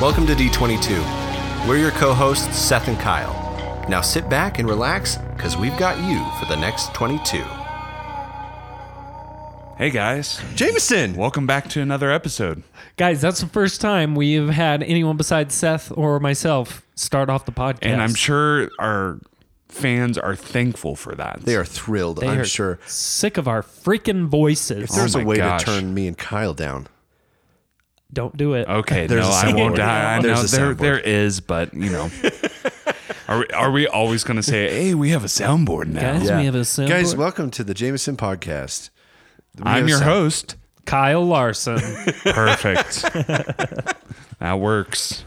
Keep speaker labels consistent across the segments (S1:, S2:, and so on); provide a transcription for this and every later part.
S1: Welcome to D22. We're your co hosts, Seth and Kyle. Now sit back and relax because we've got you for the next 22.
S2: Hey guys,
S3: Jameson.
S2: welcome back to another episode.
S4: Guys, that's the first time we've had anyone besides Seth or myself start off the podcast.
S2: And I'm sure our fans are thankful for that.
S3: They are thrilled,
S4: They
S3: I'm
S4: are
S3: sure.
S4: sick of our freaking voices. Oh
S3: There's
S2: my
S3: a way
S2: gosh.
S3: to turn me and Kyle down.
S4: Don't do it.
S2: Okay,
S3: There's
S2: no,
S3: a
S2: I won't.
S3: soundboard.
S2: I, I know
S3: There's a
S2: there
S3: soundboard.
S2: there is, but you know, are we, are we always going to say, "Hey, we have a soundboard now"?
S4: Guys, we have a simple-
S3: Guys, welcome to the Jameson podcast. We
S2: I'm
S3: have
S2: your
S3: some-
S2: host.
S4: Kyle Larson.
S2: Perfect. that works.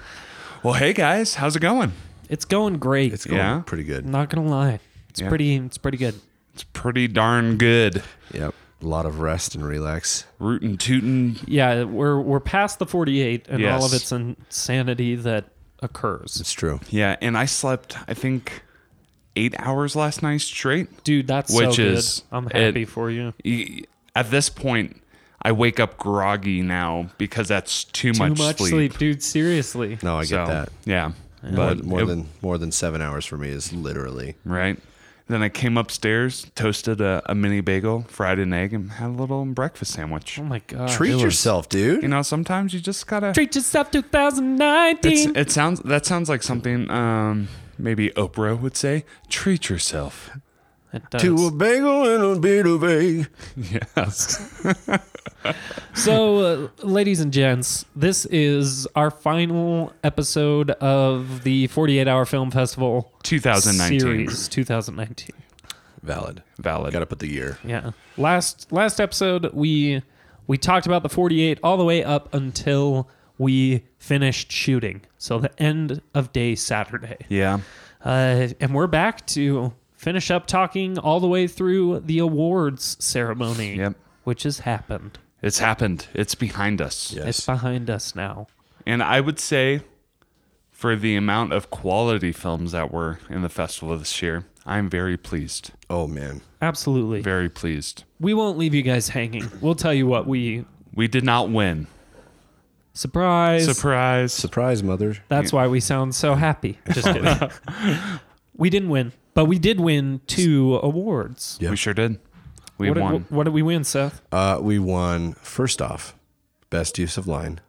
S2: Well, hey guys, how's it going?
S4: it's going great.
S3: It's going
S2: Yeah.
S3: pretty good.
S4: not gonna lie. It's
S2: Yeah.
S4: pretty it's pretty good.
S2: It's pretty darn good.
S3: Yep. A lot of rest and relax.
S2: Rootin' tootin'.
S4: Yeah, we're we're past the forty eight and all of
S2: Yes.
S4: its insanity that occurs.
S3: It's true.
S2: Yeah, and I slept. I think eight hours last night straight.
S4: Dude, that's
S2: Which
S4: so good.
S2: is-
S4: I'm
S2: it-
S4: happy for you.
S2: Y- at this point, I wake up groggy now because that's too,
S4: Too much sleep. dude. Seriously.
S3: No, I get
S2: So,
S3: that.
S2: Yeah,
S3: More,
S2: but
S3: more
S2: it-
S3: than more than seven hours for me is literally.
S2: right. Then I came upstairs, toasted a, a mini bagel, fried an egg, and had a little breakfast sandwich.
S4: Oh my god.
S3: Treat yourself, dude.
S2: You know, sometimes you just gotta.
S4: Treat yourself
S2: It's,
S4: 2019.
S2: it sounds that sounds like something um, maybe Oprah would say. Treat yourself.
S4: It does.
S3: to a bagel and a bit of egg.
S2: Yes.
S4: So, uh, ladies and gents, this is our final episode of the 48 Hour Film Festival
S2: 2019.
S4: series, 2019.
S3: Valid.
S2: Valid.
S3: Got to put the year.
S4: Yeah. Last last episode we we talked about the 48 all the way up until we finished shooting. So the end of day Saturday.
S2: Yeah.
S4: Uh, and we're back to finish up talking all the way through the awards ceremony,
S2: Yep.
S4: which has happened.
S2: It's happened. It's behind us.
S3: Yes.
S4: It's behind us now.
S2: And I would say, for the amount of quality films that were in the festival this year, I'm very pleased.
S3: oh man.
S4: Absolutely.
S2: Very pleased.
S4: We won't leave you guys hanging. We'll tell you what we
S2: We did not win.
S4: surprise.
S2: Surprise.
S3: Surprise, mother.
S4: That's why we sound so happy. Just kidding. we didn't win, but we did win two awards.
S3: Yeah.
S2: We sure did. We
S4: what,
S2: won.
S4: Did, what did we win, Seth?
S3: Uh, we won first off, best use of line.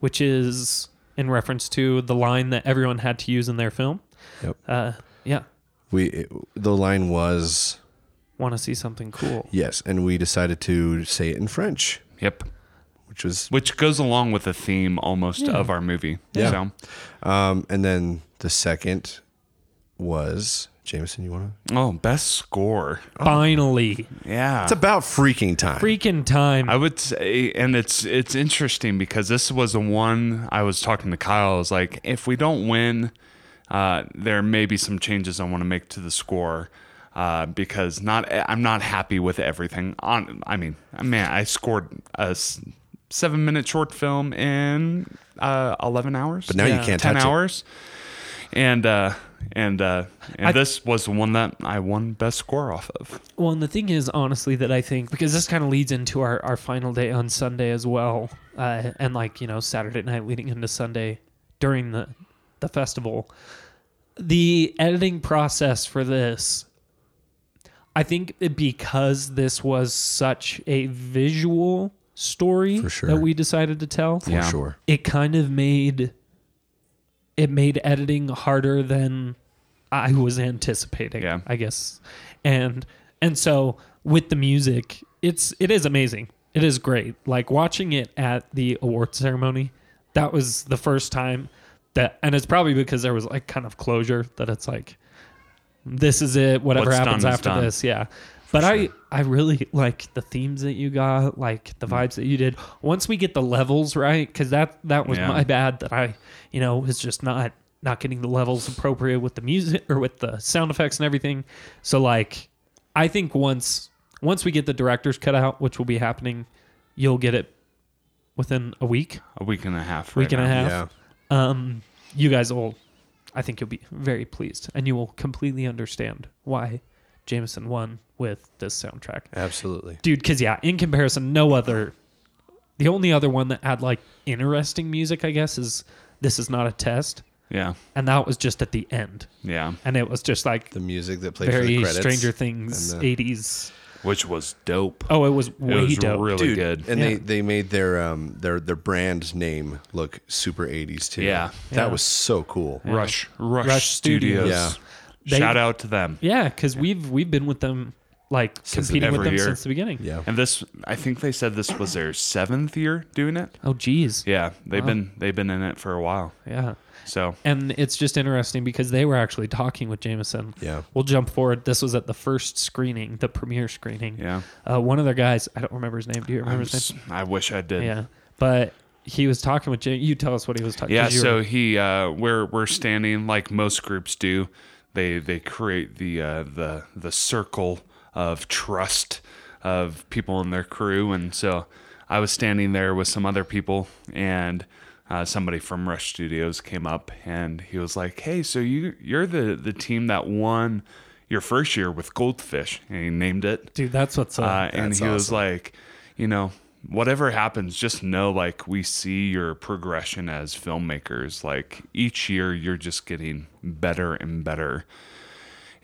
S4: Which is in reference to the line that everyone had to use in their film.
S3: Yep.
S4: Uh, yeah.
S3: We it, the line was
S4: Want to see something cool.
S3: yes, and we decided to say it in French,
S2: yep.
S3: which was
S2: Which goes along with the theme almost of our movie.
S3: Yeah.
S2: So,
S3: um, and then the second was Jameson. You want to?
S2: oh, best score.
S4: Finally.
S2: Yeah.
S3: It's about freaking time.
S4: Freaking time.
S2: I would say, and it's it's interesting because this was the one I was talking to Kyle. I was like, if we don't win, uh, there may be some changes I want to make to the score uh, because not I'm not happy with everything. On I mean, man, I scored a s- seven minute short film in uh, eleven hours. But
S3: now you can't
S2: ten
S3: touch it.
S2: hours. And uh, and uh, and
S4: I-
S2: this was the one that I won best score off of.
S4: Well, and the thing is, honestly, that I think because this kind of leads into our, our final day on Sunday as well, uh, and like you know Saturday night leading into Sunday during the the festival, the editing process for this, I think it- because this was such a visual story
S3: For sure.
S4: that we decided to tell,
S3: for
S2: Yeah.
S3: sure.
S4: it kind of made it made editing harder than I was anticipating.
S2: Yeah.
S4: I guess. And and so with the music, it's it is amazing. It is great. Like watching it at the award ceremony, that was the first time that and it's probably because there was like kind of closure that it's like this is it, whatever
S2: What's done is
S4: happens after
S2: done.
S4: this, yeah. But I, I really like the themes that you got, like the vibes that you did. Once we get the levels right, because that that was
S2: Yeah.
S4: my bad that I, you know, was just not not getting the levels appropriate with the music or with the sound effects and everything. So like, I think once once we get the director's cut out, which will be happening, you'll get it within a week,
S2: A week and a half.
S4: week
S2: right
S4: and a
S2: now.
S4: half.
S3: Yeah.
S4: Um, you guys will, I think you'll be very pleased, and you will completely understand why Jameson won with this soundtrack
S3: Absolutely.
S4: dude because yeah in comparison no other the only other one that had like interesting music i guess is this is not a test.
S2: Yeah.
S4: And that was just at the end.
S2: Yeah.
S4: And it was just like
S3: The music that played for the
S4: very
S3: credits.
S4: Stranger Things
S3: and the-
S4: 80s.
S2: Which was dope.
S4: Oh, it was way
S2: it was
S4: dope.
S2: really
S3: Dude,
S2: good.
S3: and they,
S4: Yeah.
S3: they made their um their their brand name look super 80s too.
S2: Yeah.
S3: that
S4: Yeah.
S3: was so cool.
S2: Rush, Rush,
S4: Rush
S2: Studios.
S4: Studios. They-
S2: Shout out to them.
S4: Yeah, because we've we've been with them, like competing with
S2: every
S4: them
S2: year.
S4: since the beginning.
S3: Yeah,
S2: And this, I think they said this was their seventh year doing it.
S4: Oh, geez.
S2: Yeah, they've been they've been in it for a while.
S4: Yeah.
S2: So
S4: And it's just interesting because they were actually talking with Jameson.
S3: Yeah.
S4: We'll jump forward. This was at the first screening, the premiere screening.
S2: yeah,
S4: Uh, one of their guys, I don't remember his name. Do you remember
S2: I'm
S4: his name?
S2: s- i wish I did.
S4: Yeah, but he was talking with Jay. You tell us what he was talking.
S2: Yeah,
S4: 'cause you
S2: so
S4: were-
S2: he uh, we're we're standing like most groups do. They they create the uh, the the circle of trust of people in their crew, and so I was standing there with some other people, and uh, somebody from Rush Studios came up, and he was like, "Hey, so you you're the the team that won your first year with Goldfish," and he named it
S4: dude, that's what's up.
S2: uh, and
S3: That's
S2: he was
S3: awesome.
S2: like, you know, whatever happens, just know like we see your progression as filmmakers. Like each year, you're just getting better and better.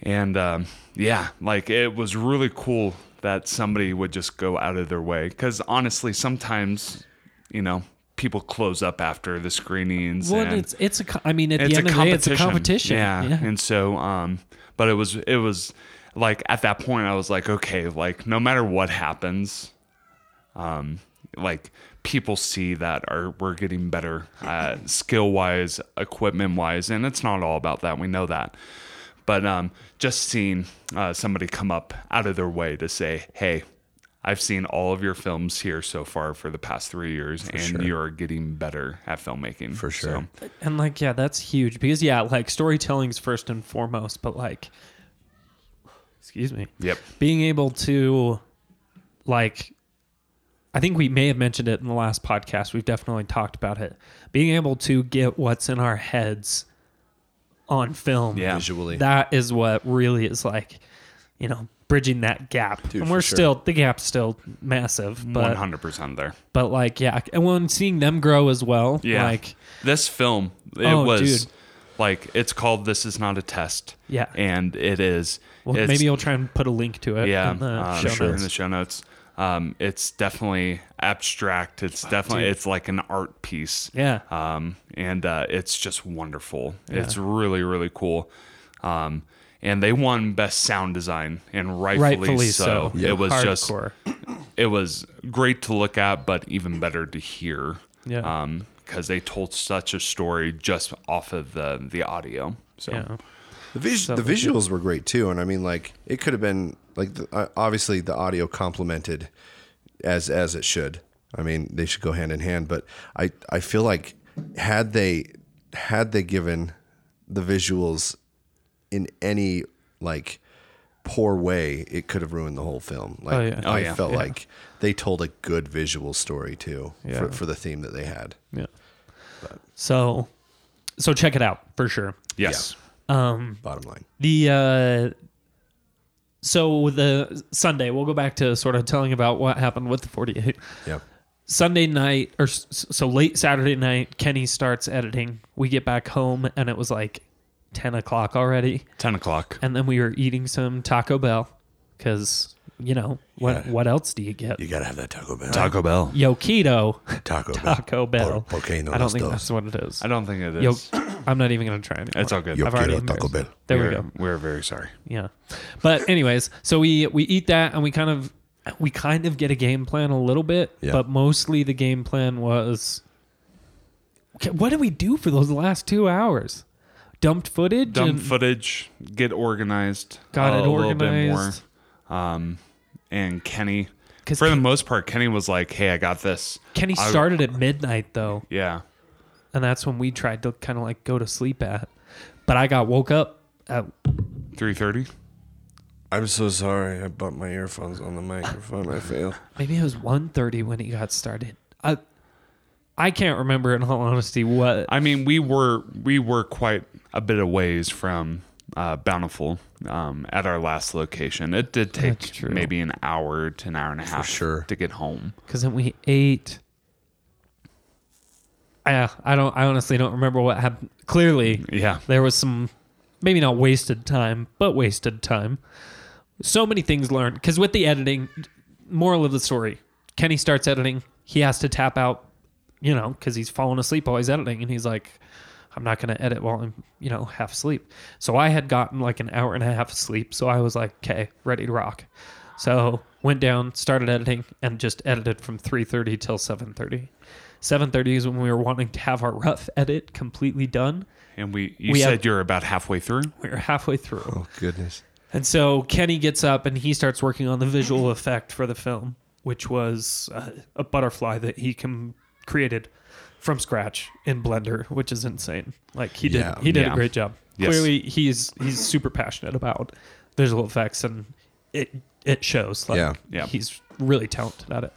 S2: And um, yeah, like it was really cool that somebody would just go out of their way because honestly, sometimes you know people close up after the screenings.
S4: well,
S2: and
S4: it's it's a. co- I mean, at
S2: it's
S4: the end
S2: a
S4: of the day, it's a competition.
S2: Yeah. And so, um, but it was, it was like at that point, I was like, okay, like no matter what happens, um, like people see that are we're getting better, uh, skill wise, equipment wise, and it's not all about that. We know that, but um, just seeing uh, somebody come up out of their way to say, hey. I've seen all of your films here so far for the past three years, and you're getting better at filmmaking.
S3: For sure.
S2: So-
S4: And like, yeah, that's huge because yeah, like storytelling's first and foremost, but like, excuse me,
S2: yep.
S4: being able to, like, I think we may have mentioned it in the last podcast. We've definitely talked about it. Being able to get what's in our heads on film,
S2: Yeah.
S3: visually.
S4: that is what really is like, you know, bridging that gap.
S3: Dude,
S4: and we're
S3: for sure.
S4: still the gap's still massive, but
S2: One hundred percent there.
S4: but like yeah, and when seeing them grow as well,
S2: Yeah.
S4: like
S2: this film, it
S4: Oh,
S2: was
S4: dude.
S2: like it's called "This Is Not a Test."
S4: Yeah.
S2: and it is.
S4: well,
S2: It's-
S4: maybe I'll try and put a link to it
S2: yeah,
S4: in the
S2: um,
S4: show
S2: sure, in
S4: notes.
S2: the show notes. Um, it's definitely abstract. It's definitely it's like an art piece.
S4: Yeah.
S2: Um, and uh, it's just wonderful. It's really really cool. Um, and they won best sound design, and rightfully,
S4: Rightfully so.
S2: so. It was just
S4: Hardcore.
S2: it was great to look at, but even better to hear.
S4: Yeah.
S2: because they told such a story just off of the the audio. So
S4: yeah.
S3: The, vis-
S4: So
S3: the
S4: good.
S3: visuals were great too, and I mean, like it could have been like the, uh, obviously the audio complemented as as it should. I mean, they should go hand in hand, but I I feel like had they had they given the visuals in any like poor way, it could have ruined the whole film. Like
S4: Oh, yeah. Oh,
S3: I
S2: yeah.
S3: felt like they told a good visual story too
S4: Yeah.
S3: for, for the theme that they had.
S4: Yeah. So so check it out for sure.
S2: yes,
S3: Bottom line,
S4: The uh so the Sunday, we'll go back to sort of telling about what happened with the 48.
S3: yeah,
S4: Sunday night or s- so late Saturday night, Kenny starts editing. We get back home and it was like 10 o'clock already.
S2: ten o'clock.
S4: And then we were eating some Taco Bell because, you know, what
S3: Yeah.
S4: what else do you get?
S3: you gotta have that Taco
S4: uh,
S3: Bell.
S2: Taco Bell.
S4: Yo Keto,
S3: Taco Bell.
S4: Taco Bell.
S3: Por- porque no
S4: I don't
S3: los
S4: think
S3: dos?
S4: that's what it is.
S2: I don't think it
S4: Yo,
S2: is.
S4: I'm not even going to try anymore.
S2: it's all good.
S3: Yo
S4: I've already
S3: quiero Taco
S4: embarrassed-
S3: Bell.
S4: There we
S2: we're,
S4: go.
S2: We're very sorry.
S4: Yeah. But anyways, so we we eat that and we kind of we kind of get a game plan a little bit,
S3: Yeah.
S4: but mostly the game plan was okay, what did we do for those last 2 hours? Dumped footage
S2: Dumb
S4: and
S2: footage. Get organized.
S4: Got
S2: a
S4: it
S2: little bit
S4: organized.
S2: more. Um, and Kenny,
S4: 'Cause
S2: for the
S4: Ken-
S2: most part, Kenny was like, "Hey, I got this."
S4: Kenny
S2: I-
S4: started at midnight though,
S2: Yeah.
S4: and that's when we tried to kind of like go to sleep at. But I got woke up at
S2: Three thirty.
S3: I'm so sorry. I bumped my earphones on the microphone. I failed.
S4: maybe it was 1:30 when he got started. I I can't remember in all honesty what
S2: I mean, we were we were quite a bit of ways from uh, Bountiful um, at our last location. It did
S4: That's
S2: take
S4: true.
S2: maybe an hour to an hour and a half
S3: sure.
S2: to get home.
S4: Because then we ate. I, I don't. I honestly don't remember what happened. Clearly,
S2: Yeah.
S4: there was some, maybe not wasted time, but wasted time. So many things learned because with the editing, moral of the story, Kenny starts editing. He has to tap out, you know, because he's falling asleep while he's editing, and he's like, "I'm not going to edit while I'm, you know, half asleep." So I had gotten like an hour and a half of sleep, so I was like, "Okay, ready to rock." So went down, started editing, and just edited from 3:30 till 7:30. 7:30 is when we were wanting to have our rough edit completely done.
S2: And we you
S4: We have-
S2: said you're about halfway through.
S4: We were halfway through.
S3: Oh goodness.
S4: And so Kenny gets up and he starts working on the visual effect for the film, which was uh, a butterfly that he com- created from scratch in Blender, which is insane. Like he did,
S3: Yeah.
S4: he did
S2: Yeah.
S4: a great job.
S2: Yes.
S4: Clearly, he's he's super passionate about visual effects, and it it shows. Like
S3: Yeah.
S2: Yeah.
S4: he's really talented at it.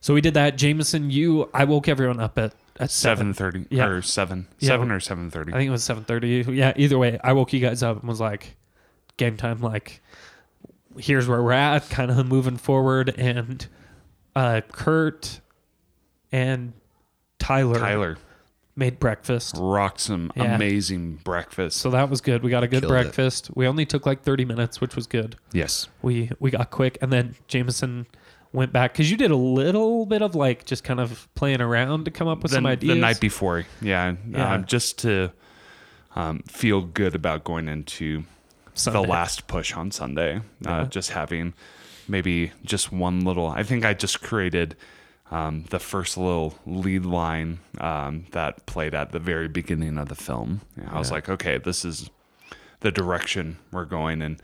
S4: So we did that. Jameson, you, I woke everyone up at at
S2: Seven thirty
S4: Yeah.
S2: or seven.
S4: Yeah.
S2: Seven or seven thirty.
S4: I think it was seven thirty. Yeah, either way, I woke you guys up and was like, game time. Like, here's where we're at, kind of moving forward. And uh, Kurt and Tyler,
S2: Tyler
S4: made breakfast,
S2: rocked some
S4: Yeah.
S2: amazing breakfast.
S4: so that was good. We got a good
S3: Killed it.
S4: breakfast. We only took like thirty minutes, which was good.
S2: yes.
S4: We we got quick, and then Jameson went back because you did a little bit of like just kind of playing around to come up with
S2: the,
S4: some
S2: the
S4: ideas.
S2: night before. Yeah,
S4: Yeah.
S2: Um, just to um, feel good about going into
S4: Sunday.
S2: the last push on Sunday. Uh, Just having maybe just one little. I think I just created um, the first little lead line um, that played at the very beginning of the film. And I was like, okay, this is the direction we're going and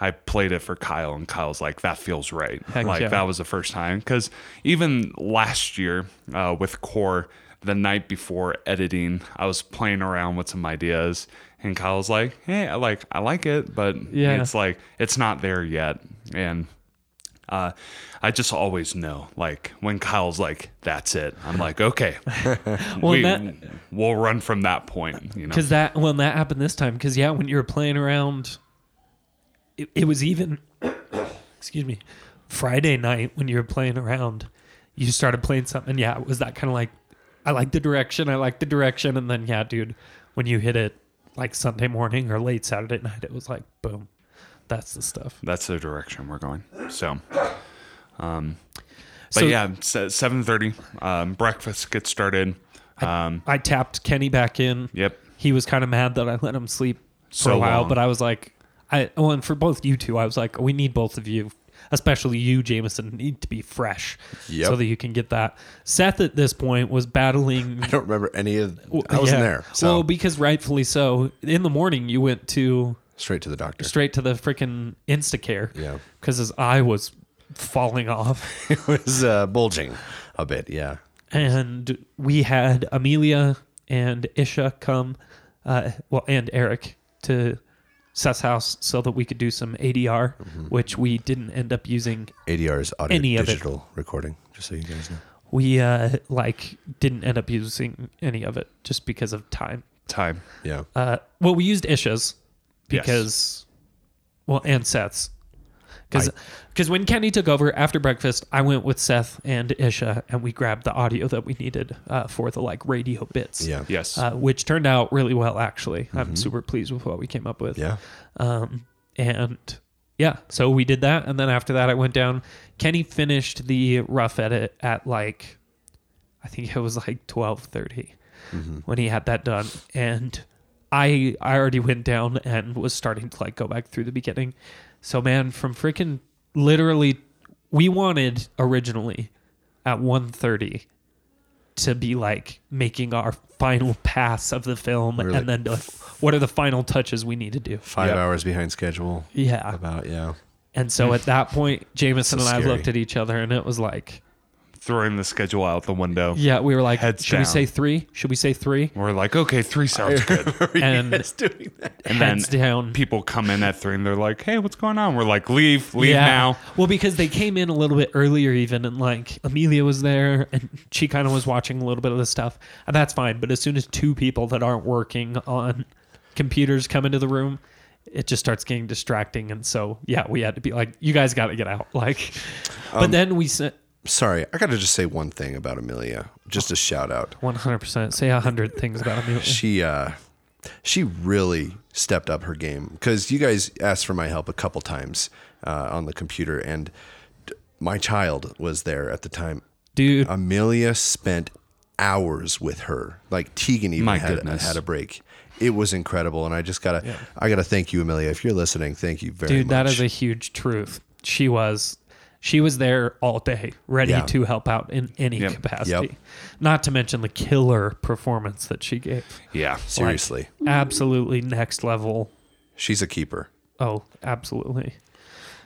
S2: I played it for Kyle and Kyle's like that feels right.
S4: Heck
S2: like
S4: yeah.
S2: that was the first time cuz even last year uh, with Core the night before editing I was playing around with some ideas and Kyle's like, "Hey, I like I like it, but
S4: Yeah.
S2: it's like it's not there yet." And uh, I just always know, like when Kyle's like, "That's it," I'm like, "Okay,
S4: Well,
S2: we,
S4: that-
S2: we'll run from that point." You know,
S4: Because that when that happened this time, because yeah, when you were playing around, it, it was even. excuse me, Friday night when you were playing around, you started playing something. Yeah, it was that kind of like, I like the direction, I like the direction, and then yeah, dude, when you hit it like Sunday morning or late Saturday night, it was like boom, that's the stuff.
S2: that's the direction we're going. So, um, but
S4: So
S2: yeah, seven thirty. Um, breakfast gets started. Um,
S4: I tapped Kenny back in.
S2: yep.
S4: he was kind of mad that I let him sleep for
S2: So
S4: a while,
S2: long.
S4: but I was like, I well, and for both you two, I was like, we need both of you, especially you, Jameson, need to be fresh
S3: Yep.
S4: so that you can get that. Seth at this point was battling.
S3: I don't remember any of. I wasn't
S4: Yeah.
S3: there. Oh, So
S4: Well, because rightfully so, in the morning you went to
S3: straight to the doctor.
S4: straight to the freaking Instacare.
S3: Yeah.
S4: because his eye was falling off.
S3: it was uh, bulging a bit. Yeah.
S4: and we had Amelia and Isha come, uh, well, and Eric to Seth's house so that we could do some ADR, which we didn't end up using.
S3: ADR is audio
S4: Any of it.
S3: digital recording. Just so you guys know.
S4: We uh, like didn't end up using any of it just because of time.
S2: Time.
S3: Yeah.
S4: Uh, well, we used Isha's
S2: Yes.
S4: because, well, and Seth's. Because when Kenny took over after breakfast, I went with Seth and Isha, and we grabbed the audio that we needed uh, for the like radio bits.
S3: Yeah.
S2: Yes.
S4: uh, which turned out really well actually i'm super pleased with what we came up with
S3: Yeah.
S4: um, and yeah so we did that and then after that i went down kenny finished the rough edit at like i think it was like 12.30 when he had that done and i i already went down and was starting to like go back through the beginning so man from freaking literally we wanted originally at 1.30 to be like making our final pass of the film
S3: We're like-
S4: and then like, what are the final touches we need to do
S3: Five
S2: Yep.
S3: hours behind schedule.
S4: yeah.
S3: About yeah.
S4: And so at that point, Jameson
S3: So
S4: and I
S3: scary.
S4: looked at each other and it was like,
S2: Throwing the schedule out the window.
S4: yeah, we were like,
S2: Heads
S4: should we
S2: down.
S4: say three? Should we say three?
S2: We're like, okay, three sounds good.
S4: And
S3: doing that.
S2: And then
S4: heads down.
S2: people come in at three and they're like, hey, what's going on? We're like, leave, leave
S4: yeah.
S2: now.
S4: Well, because they came in a little bit earlier, even, and like Amelia was there and she kind of was watching a little bit of this stuff. And that's fine. But as soon as two people that aren't working on computers come into the room, it just starts getting
S2: Um,
S4: distracting. And so, yeah, we had to be like, you guys got to get out. Like, but then we sent.
S3: sorry, I gotta just say one thing about Amelia. Just a shout out.
S4: One hundred percent. Say a hundred things about Amelia.
S3: She uh, she really stepped up her game because you guys asked for my help a couple times uh, on the computer, and d- my child was there at the time.
S4: Dude,
S3: Amelia spent hours with her. Like Tegan even
S2: My
S3: had,
S2: goodness.
S3: had a break. It was incredible, and I just gotta, I gotta thank you, Amelia. If you're listening, thank you very
S4: dude,
S3: much.
S4: that is a huge truth. She was she was there all day, ready
S3: Yeah.
S4: to help out in any
S2: Yep.
S4: capacity.
S3: Yep.
S4: Not to mention the killer performance that she gave.
S2: Yeah.
S3: seriously.
S4: Absolutely next level
S3: She's a keeper.
S4: Oh, absolutely.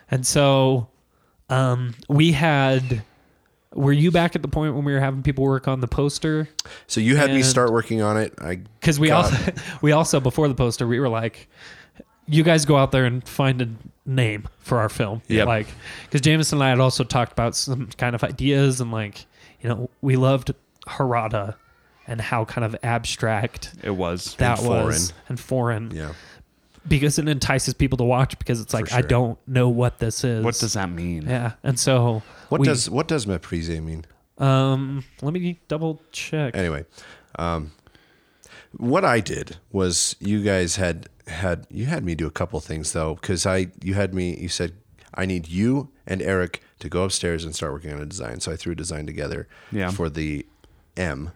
S4: And so um, we had. Were you back at the point when we were having people work on the poster?
S3: So you had me
S4: And-
S3: start working on it. I
S4: Because we
S3: got-
S4: also we also before the poster we were like, you guys go out there and find a name for our film.
S2: Yep.
S4: Like, because Jameson and I had also talked about some kind of ideas and like, you know, we loved Harada and how kind of abstract
S2: It was.
S4: that
S3: foreign.
S4: was and foreign
S3: yeah.
S4: because it entices people to watch because it's like I
S3: sure.
S4: don't know what this is.
S2: What does that mean?
S4: Yeah, and so
S3: What
S4: we-
S3: does what does méprise mean?
S4: um? Let me double check.
S3: Anyway, um, what I did was you guys had had you had me do a couple things though because I you had me you said I need you and Eric to go upstairs and start working on a design. So I threw a design together
S2: Yeah.
S3: for the M,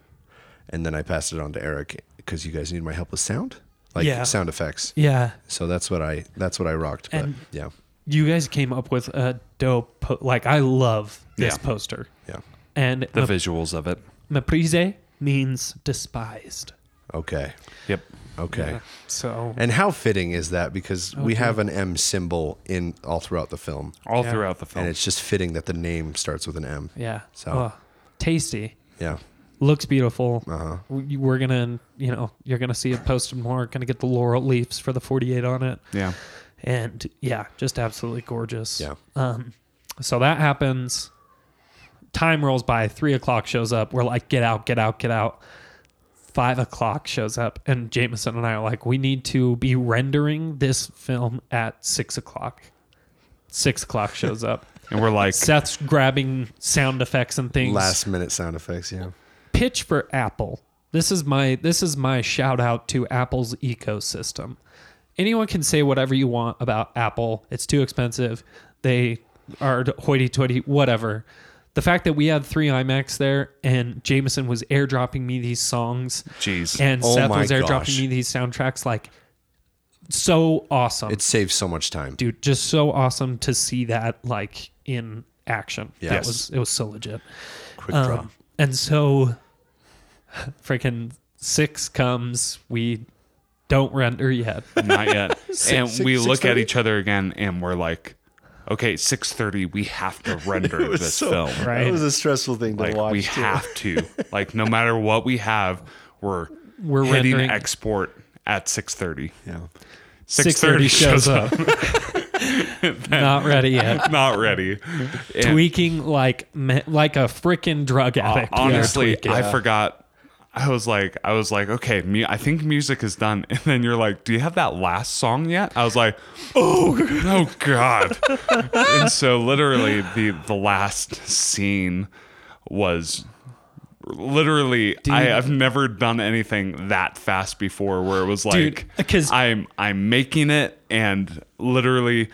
S3: and then I passed it on to Eric because you guys need my help with sound, like
S4: Yeah.
S3: sound effects.
S4: Yeah,
S3: So that's what I that's what I rocked. But
S4: And-
S3: yeah,
S4: you guys came up with a dope. Po- like I love this
S2: Yeah.
S4: poster,
S3: yeah,
S4: and
S2: The
S4: ma-
S2: visuals of it.
S4: meprise means despised.
S3: okay,
S2: Yep.
S3: okay.
S4: So
S3: And how fitting is that? Because we have an M symbol in all throughout the film,
S2: All
S4: Yeah.
S2: throughout the film.
S3: and it's just fitting that the name starts with an M.
S4: yeah,
S3: So-
S4: Oh, tasty.
S3: Yeah,
S4: Looks beautiful.
S3: Uh-huh.
S4: We- We're gonna, you know, you're gonna see it posted more. Gonna get the laurel leaves for the 48 on it.
S2: yeah.
S4: and yeah, just absolutely gorgeous.
S3: Yeah.
S4: Um, so that happens. Time rolls by. Three o'clock shows up. We're like, get out, get out, get out. Five o'clock shows up, and Jameson and I are like, we need to be rendering this film at six o'clock. Six o'clock shows up.
S2: And we're like,
S4: Seth's grabbing sound effects and things
S3: last minute sound effects. Yeah,
S4: pitch for Apple. This is my this is my shout out to Apple's ecosystem. Anyone can say whatever you want about Apple. It's too expensive. They are hoity-toity, whatever. The fact that we had three IMAX there and Jameson was airdropping me these songs
S2: jeez.
S4: and
S3: Oh
S4: Seth
S3: my
S4: was airdropping
S3: gosh.
S4: me these soundtracks, like so awesome,
S3: it saves so much time.
S4: dude. Just so awesome to see that like in action. Yeah,
S3: Yes.
S4: it was it was so legit.
S3: Quick
S4: Um,
S3: draw.
S4: And so, freaking six comes. We don't render yet.
S2: Not yet. and
S3: six-
S2: we look at
S3: 6:30?
S2: each other again and we're like, okay, 6.30, we have to render this film.
S4: Right.
S3: That was a stressful thing to
S2: Like,
S3: watch.
S2: we
S3: too.
S2: have to. Like, no matter what we have, we're,
S4: We're
S2: hitting
S4: rendering-
S2: export at 6.30.
S3: yeah.
S2: 6.30 shows up.
S4: Not ready yet.
S2: Not ready. And-
S4: tweaking like me- like a freaking drug addict. We are
S2: Uh, honestly
S4: tweaking.
S2: i forgot i was like i was like okay me i think music is done and then you're like do you have that last song yet i was like oh oh god and so literally the the last scene was literally i have never done anything that fast before where it was
S4: Dude,
S2: like
S4: 'cause-
S2: i'm i'm making it and literally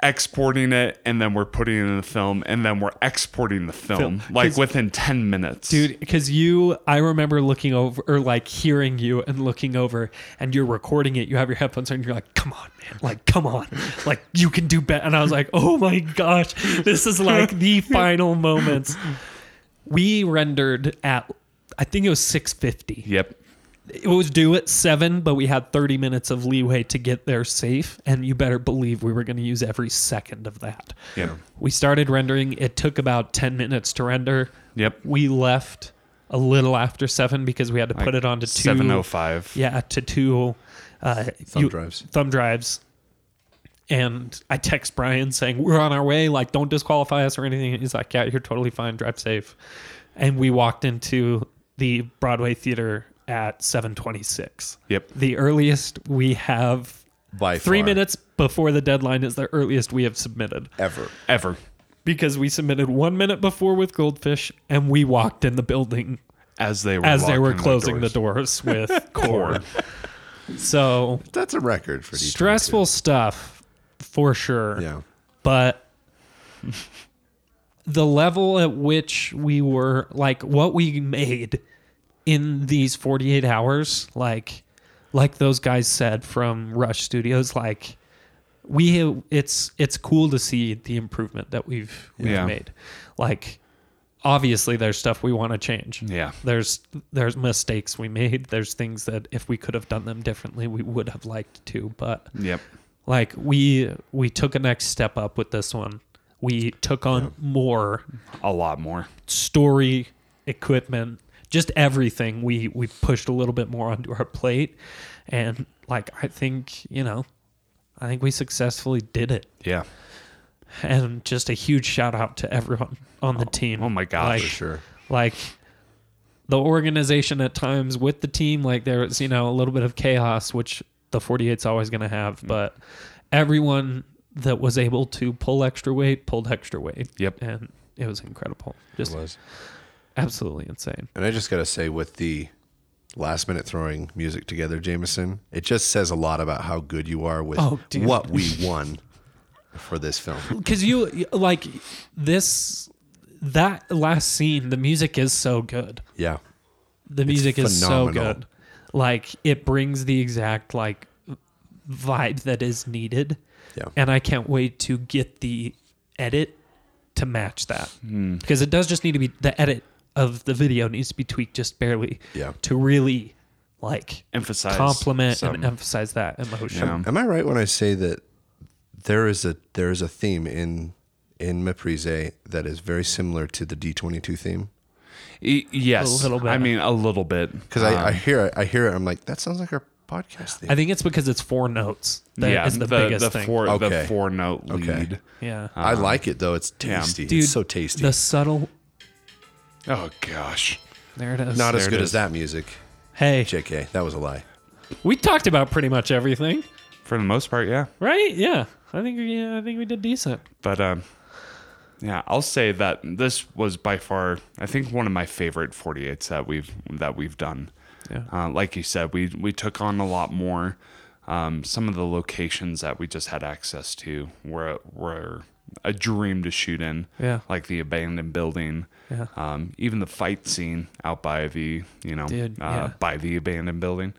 S2: exporting it and then we're putting it in the film and then we're exporting the film,
S4: Film.
S2: like
S4: 'Cause-
S2: within 10 minutes
S4: Dude, because you, I remember looking over or like hearing you and looking over, and you're recording it. You have your headphones on. And you're like, "Come on, man! Like, come on! Like, you can do better." And I was like, "Oh my gosh, this is like the final moments." We rendered at, I think it was six fifty
S2: yep
S4: it was due at seven, but we had 30 minutes of leeway to get there safe. And you better believe we were going to use every second of that.
S2: Yeah.
S4: We started rendering. It took about 10 minutes to render.
S2: Yep.
S4: We left a little after seven because we had to put it onto two.
S2: 705
S4: Yeah, to two uh,
S3: oh Thumb drives.
S4: Thumb drives. And I text Brian saying, We're on our way. Like, don't disqualify us or anything. And he's like, Yeah, you're totally fine. Drive safe. And we walked into the Broadway theater at 726.
S2: Yep.
S4: The earliest we have
S3: By
S4: three
S3: far.
S4: minutes before the deadline is the earliest we have submitted
S3: ever.
S2: ever
S4: because we submitted one minute before with Goldfish and we walked in the building
S2: as they were
S4: as they
S2: locking
S4: were
S2: their
S4: closing the
S2: doors.
S4: doors with
S2: Cord.
S4: so
S3: That's a record for D22.
S4: stressful stuff for sure.
S3: Yeah.
S4: But the level at which we were like what we made in these 48 hours like like those guys said from Rush Studios like we it's it's cool to see the improvement that we've we've
S2: Yeah.
S4: made. Like obviously there's stuff we want to change
S2: Yeah.
S4: there's there's mistakes we made there's things that if we could have done them differently we would have liked to but
S2: Yep.
S4: like we we took a next step up with this one we took on more
S2: A lot more.
S4: story equipment just everything we we pushed a little bit more onto our plate and like i think you know i think we successfully did it
S2: Yeah.
S4: and just a huge shout out to everyone on the team
S2: oh my gosh,
S4: like,
S2: for
S3: Sure.
S4: like the organization at times with the team like there was you know a little bit of chaos which the 48's always going to have
S3: Mm.
S4: but everyone that was able to pull extra weight pulled extra weight
S2: Yep.
S4: and it was incredible just
S3: was.
S4: absolutely insane
S3: And I just got to say, with the last minute throwing music together, Jameson, it just says a lot about how good you are with
S4: Oh, dude.
S3: what we won for this film.
S4: because you like this that last scene the music is so good
S3: Yeah.
S4: the music is so
S3: phenomenal.
S4: good like it brings the exact like vibe that is needed
S3: Yeah.
S4: and i can't wait to get the edit to match that
S3: Hmm.
S4: because it does just need to be the edit of the video needs to be tweaked just barely
S3: Yeah.
S4: to really like
S2: Emphasize
S4: compliment
S2: some-
S4: and emphasize that emotion
S2: Yeah.
S3: Am I right when I say that there is a there is a theme in in Meprise that is very similar to the D twenty two theme?
S2: E- yes.
S4: A little bit.
S2: I mean, a little bit. Uh,
S3: Because I, I hear it, I hear it, I'm like, that sounds like our podcast theme.
S4: Um, i think it's because it's four notes that is the, biggest thing
S2: Four, The
S3: Okay.
S2: four note lead.
S4: yeah
S3: I like it though. It's tasty.
S4: um, Dude,
S3: Ah, it's so tasty.
S4: the subtle
S2: Oh gosh.
S4: there it is
S3: Not as
S2: there it
S3: good
S2: is.
S3: as that music.
S4: hey
S3: JK, that was a lie.
S4: we talked about pretty much everything
S2: For the most part, yeah.
S4: Right? Yeah. I think yeah, I think we did decent.
S2: But um, yeah, I'll say that this was by far, I think, one of my favorite 48s that we've that we've done.
S4: Yeah.
S3: Ah.
S2: Uh, like you said, we we took on a lot more. Um, some of the locations that we just had access to were were a dream to shoot in.
S4: Yeah.
S2: Like the abandoned building.
S4: Yeah.
S2: Um, even the fight scene out by the you know
S4: Dude,
S2: uh,
S4: yeah.
S2: by the abandoned building.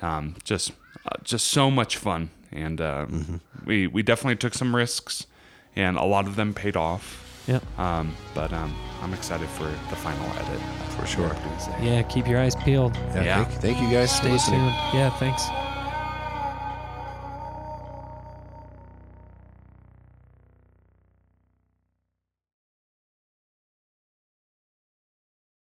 S2: Um, just uh, just so much fun, and um,
S3: Mm-hmm.
S2: we we definitely took some risks, and a lot of them paid off.
S4: Yeah.
S2: Um, but um, I'm excited for the final edit.
S3: For sure.
S4: Yeah, keep your eyes peeled.
S3: Yeah.
S2: Yeah.
S3: Thank, thank you guys
S4: Stay
S3: for listening.
S4: tuned. Yeah, thanks.